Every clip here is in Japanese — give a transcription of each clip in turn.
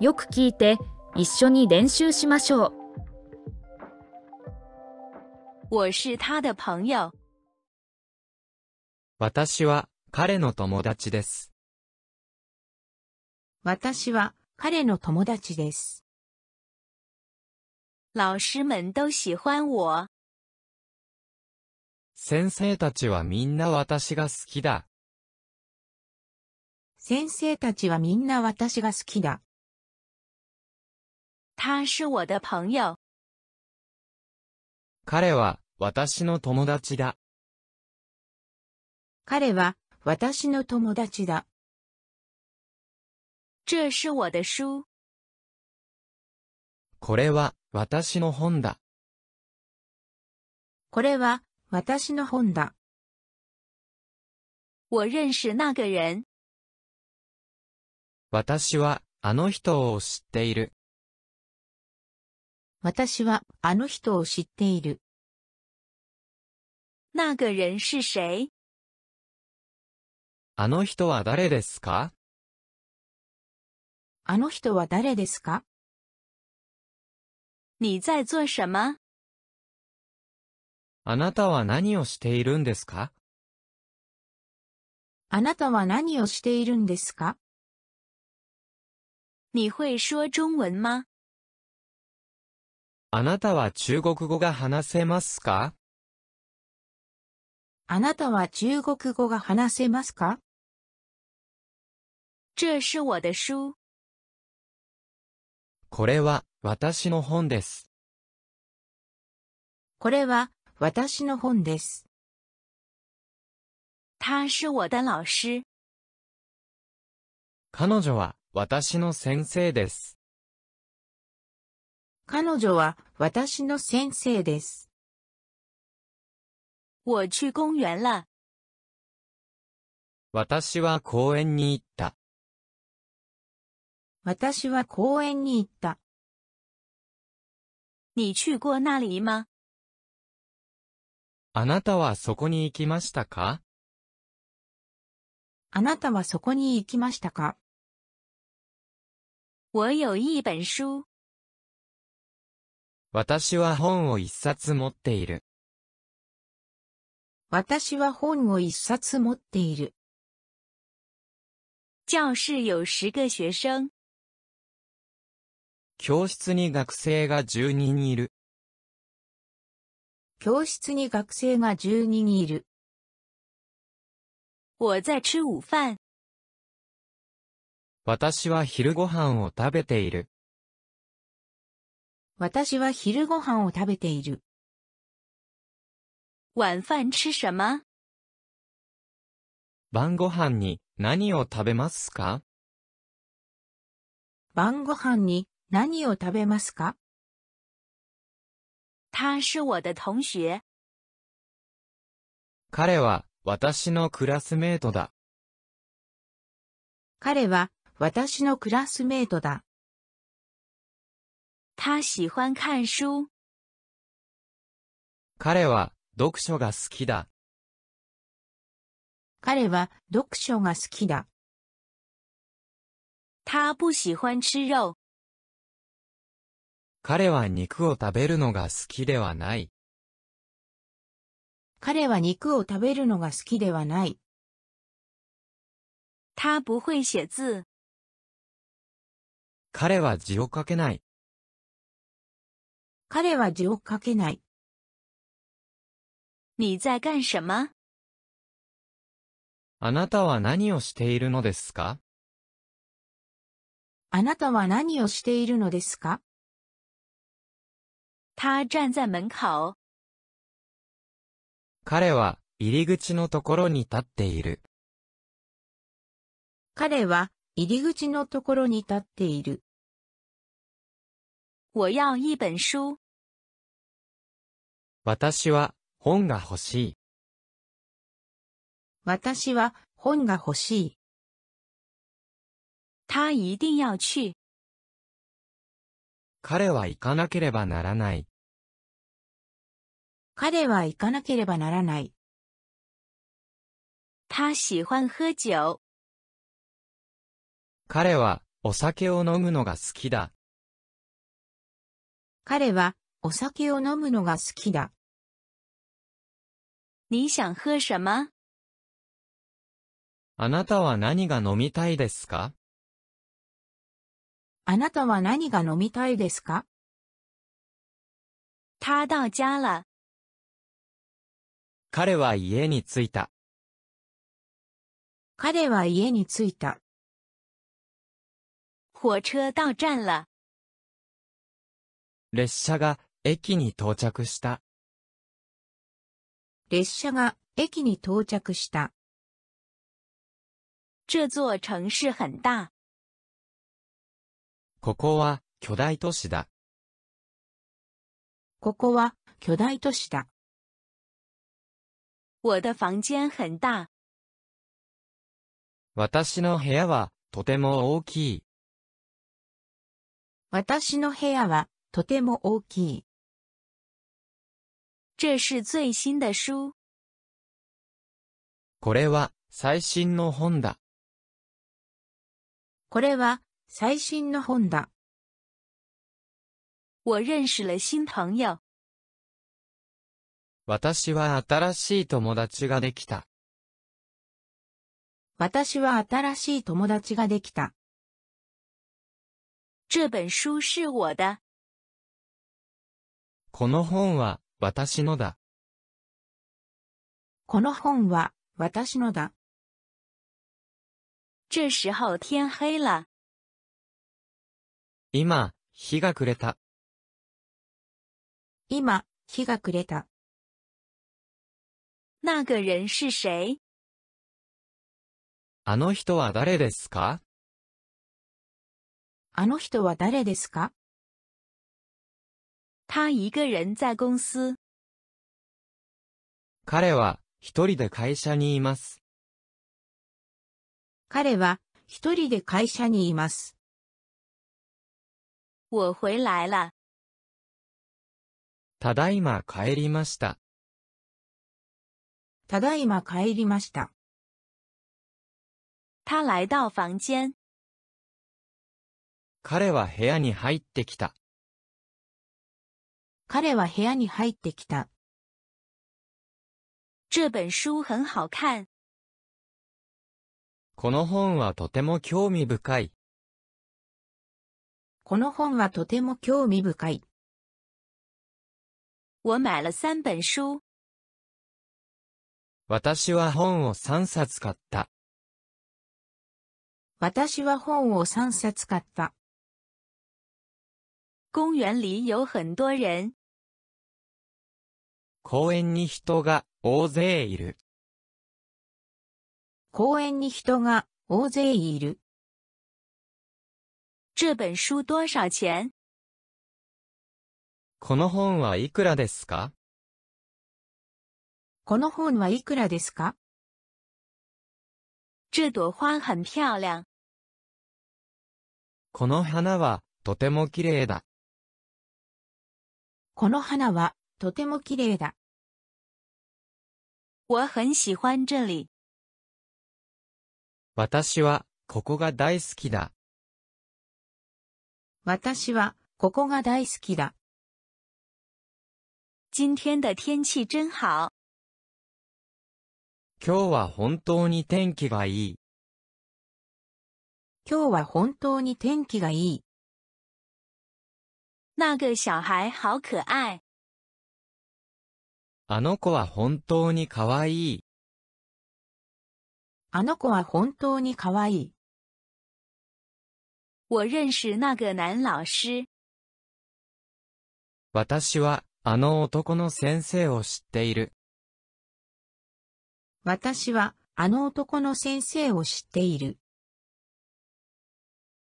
よく聞いて一緒に練習しましょう。我是他的朋友。私は彼の友達です。私は彼の友達です。老师们都喜欢我。先生たちはみんな私が好きだ。先生たちはみんな私が好きだ。他是我的朋友。彼は私の友達だ。彼は私の友達だ。这是我的书。これは私の本だ。これは私の本だ。我认识那个人。私はあの人を知っている。私はあの人を知っている。那个人是谁？あの人は誰ですかあの人は誰ですか你在做什么？あなたは何をしているんですかあなたは何をしているんですか你会说中文吗？あなたは中国語が話せますかあなたは中国語が話せますか这是我的书。これは私の本です。これは私の本です。他是我的老师。彼女は私の先生です。彼女は私の先生です。我去公园了。私は公園に行った。私は公園に行った。你去过那里吗？あなたはそこに行きましたかあなたはそこに行きましたか我有一本书。私は本を一冊持っている。私は本を一冊持っている。教室有十个学生。教室に学生が10人いる。教室に学生が12人いる。我在吃午饭。私は昼ご飯を食べている。私は昼ご飯を食べている。晚饭吃什么？晩ご飯に何を食べますか晩ご飯に何を食べますか他是我的同学。彼は私のクラスメートだ。彼は私のクラスメートだ。他喜欢看书。彼は読書が好きだ。彼は読書が好きだ。他不喜欢吃肉。彼は肉を食べるのが好きではない。彼は肉を食べるのが好きではない。他不会写字。彼は字を書けない。彼は字を書けない。你在干什么？あなたは何をしているのですかあなたは何をしているのですか他站在门口。彼は入り口のところに立っている。彼は入り口のところに立っている。我要一本书。私は本が欲しい。私は本が欲しい。他一定要去。彼は行かなければならない。彼は行かなければならない。他喜欢喝酒。彼はお酒を飲むのが好きだ。彼はお酒を飲むのが好きだ。你想喝什么？あなたは何が飲みたいですかあなたは何が飲みたいですか他到家了，彼は家に着いた。彼は家に着いた。火车到站了，列車が駅に到着した。列車が駅に到着した。这座城市很大，ここは巨大都市だ。ここは巨大都市だ。我的房间很大，私の部屋はとても大きい。私の部屋はとても大きい。这是最新的书，これは最新の本だ。これは最新の本だ。我认识了新朋友，私は新しい友達ができた。私は新しい友達ができた。这本书是我的，この本は私のだ。この本は私のだ。这时候天黑了，今、日が暮れた。今、日が暮れた。那个人是谁？あの人は誰ですかあの人は誰ですか他一个人在公司，彼は一人で会社にいます。彼は一人で会社にいます。我回来了，ただいま帰りました。ただいま帰りました。他来到房间，彼は部屋に入ってきた。彼は部屋に入ってきた。这本书很好看，この本はとても興味深い。この本はとても興味深い。我买了三本书，私は本を3冊買った。私は本を3冊買った。公园里有很多人，公園に人が大勢いる。公園に人が大勢いる。这本书多少钱？この本はいくらですかこの本はいくらですか这朵花很漂亮，この花はとても綺麗だ。この花はとても綺麗だ。我很喜欢这里。私はここが大好きだ。私はここが大好きだ。今天的天气真好，今日は本当に天気がいい。今日は本当に天気がいい。那个小孩好可爱，あの子は本当に可愛い。あの子は本当に可愛い。我认识那个男老师，私はあの男の先生を知っている。私はあの男の先生を知っている。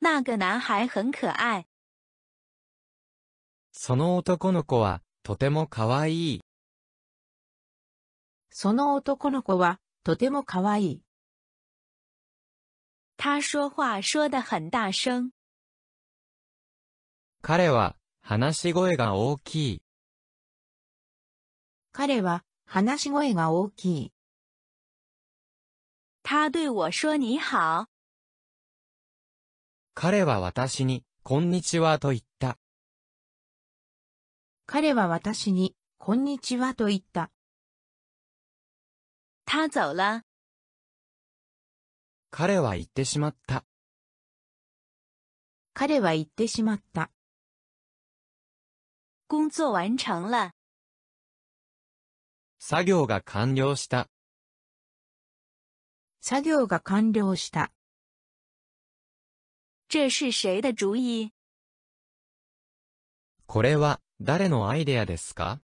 那个男孩很可爱，その男の子はとても可愛い。その男の子はとても可愛い。他说话说得很大声，彼は話し声が大きい。彼は話し声が大きい。他对我说你好，彼は私に、こんにちはと言った。彼は私に、こんにちはと言った。他走了。彼は言ってしまった。彼は言ってしまった。工作完成了。作業が完了した。作業が完了した。这是谁的主意？これは、誰のアイデアですか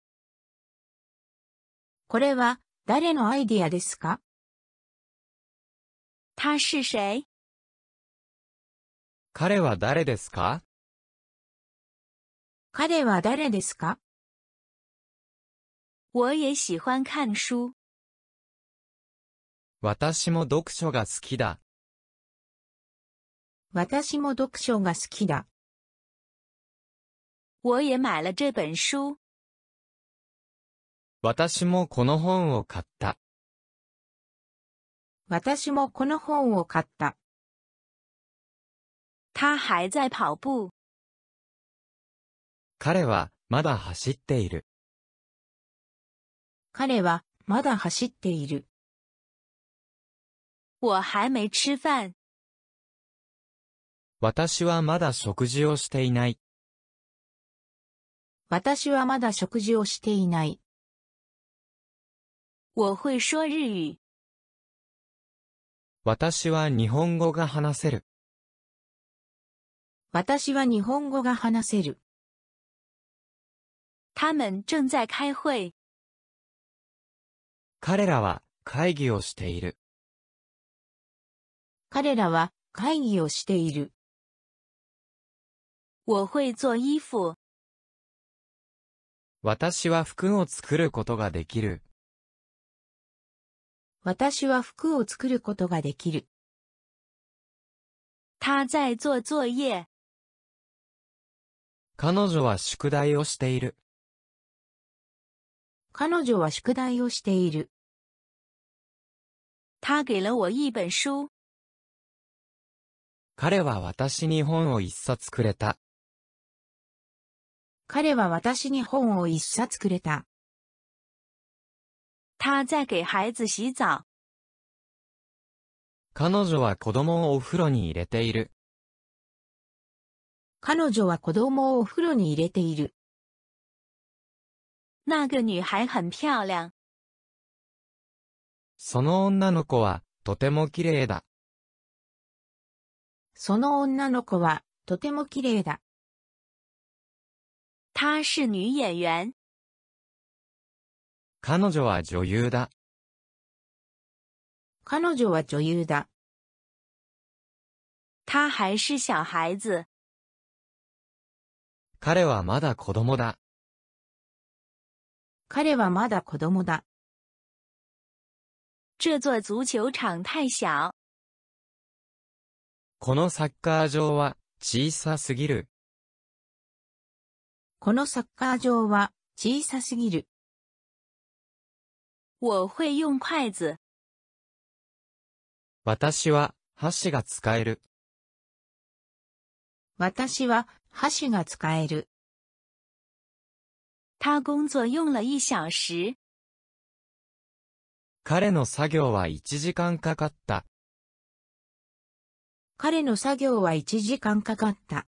これは、誰のアイディアですか他是谁？彼は誰ですか彼は誰ですか我也喜欢看书。私も読書が好きだ。私も読書が好きだ。我也买了这本书。私もこの本を買った。私もこの本を買った。他还在跑步。彼は、まだ走っている。彼は、まだ走っている。我还没吃饭。私はまだ食事をしていない。私はまだ食事をしていない。我会说日语。私は日本語が話せる。私は日本語が話せる。他们正在开会。彼らは、会議をしている。彼らは、会議をしている。我会做衣服。私は服を作ることができる。私は服を作ることができる。他在做作业。彼女は宿題をしている。彼女は宿題をしている。他给了我一本书。彼は私に本を一冊くれた。彼は私に本を一冊くれた。他在给孩子洗澡。彼女は子供をお風呂に入れている。彼女は子供をお風呂に入れている。那个女孩很漂亮。その女の子は、とても綺麗だ。その女の子は、とても綺麗だ。她是女演员。彼女は女優だ。彼女は女優だ。她还是小孩子。彼はまだ子供だ。彼はまだ子供だ。这座足球场太小。このサッカー場は、小さすぎる。このサッカー場は、小さすぎる。我会用筷子。私は、箸が使える。私は、箸が使える。她工作用了一小时。彼の作業は1時間かかった。彼の作業は1時間かかった。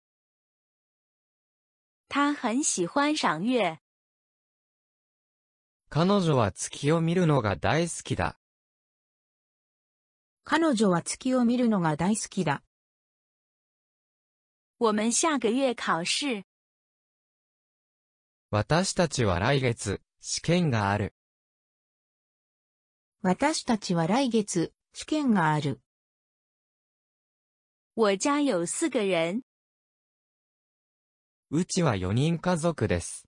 她很喜欢赏月。彼女は月を見るのが大好きだ。彼女は月を見るのが大好きだ。我们下个月考试。私たちは来月、試験がある。私たちは来月、試験がある。我家有四个人。うちは4人家族です。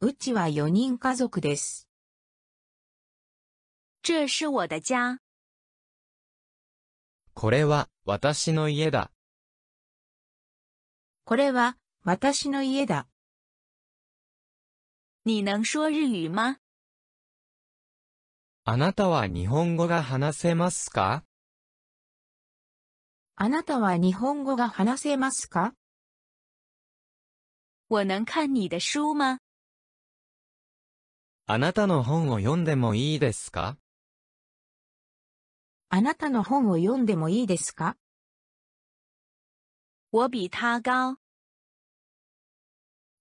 うちは4人家族です。这是我的家。これは、私の家だ。これは、私の家だ。你能说日语吗？あなたは日本語が話せますかあなたは日本語が話せますか我能看你的书吗？あなたの本を読んでもいいですかあなたの本を読んでもいいですか我比他高，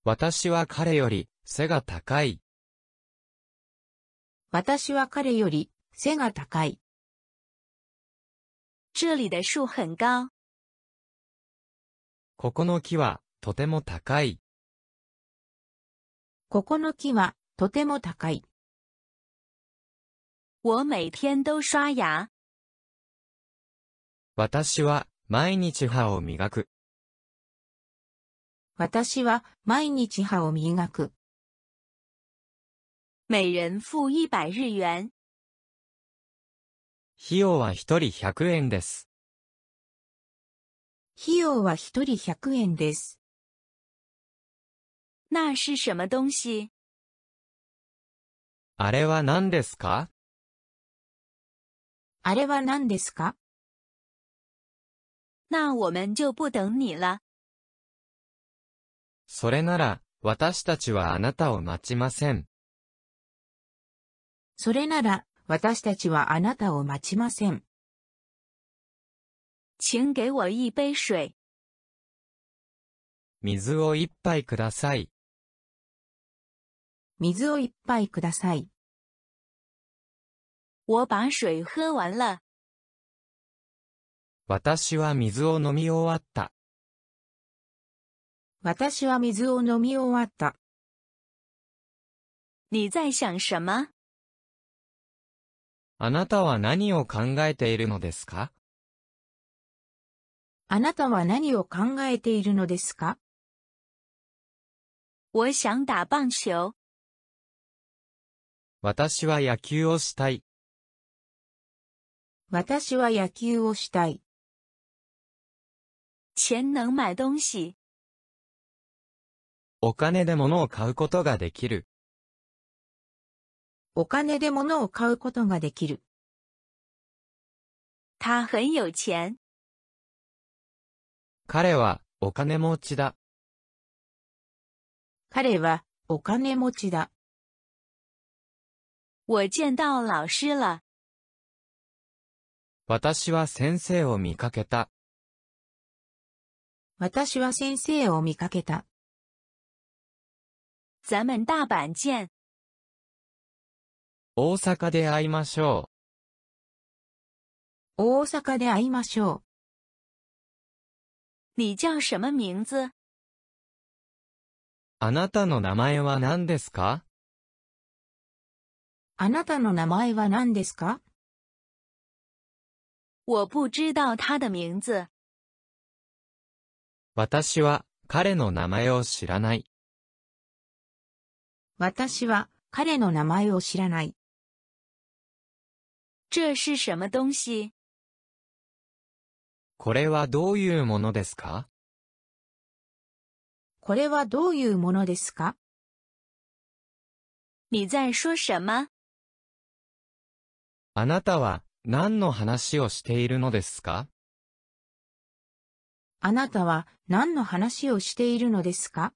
私は彼より背が高い。私は彼より背が高い。这里的树很高，ここの木はとても高い。ここの木はとても高い。我每天都刷牙，私は毎日歯を磨く。私は毎日歯を磨く。每人付一百日元。費用は一人100円です。費用は一人100円です。那是什么东西？あれは何ですかあれは何ですか那我们就不等你了。それなら、私たちはあなたを待ちません。それなら、私たちはあなたを待ちません。请给我一杯水，水を一杯ください。水を一杯ください。我把水喝完了。私は水を飲み終わった。私は水を飲み終わった。你在想什么？あなたは何を考えているのですかあなたは何を考えているのですか我想打棒球，私は野球をしたい。私は野球をしたい。钱能买东西，お金で物を買うことができる。お金で物を買うことができる。他很有钱。彼はお金持ちだ。彼はお金持ちだ。我见到老师了，私は先生を見かけた。私は先生を見かけた。咱们大阪见。大阪で会いましょ大阪で会いましょう。你叫什么名字？う。あなたの名前は何ですかあなたの名前は何ですか我不知道他的名字。私は彼の名前を知らない。私は彼の名前を知らない。这是什么东西？これはどういうものですかこれはどういうものですか你在说什么？あなたは何の話をしているのですかあなたは何の話をしているのですか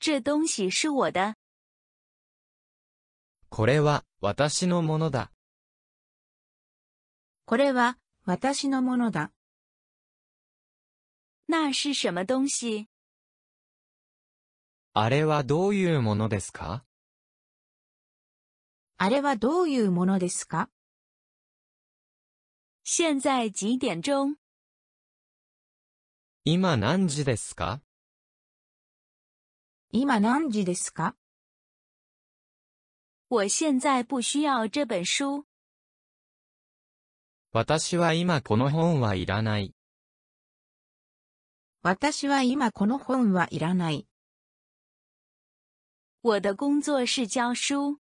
这东西是我的。これは私のものだ。これは私のものだ。那是什么东西？あれはどういうものですかあれはどういうものですか现在几点钟？今何時ですか今何時ですか我现在不需要这本书。私は今この本はいらない。私は今この本はいらない。我的工作是教书。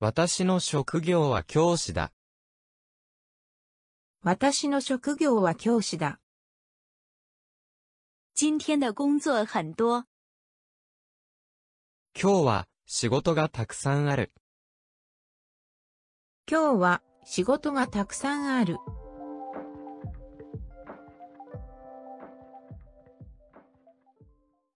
私の職業は教師だ。私の職業は教師だ。今天的工作很多，今日は仕事がたくさんある。今日は仕事がたくさんある。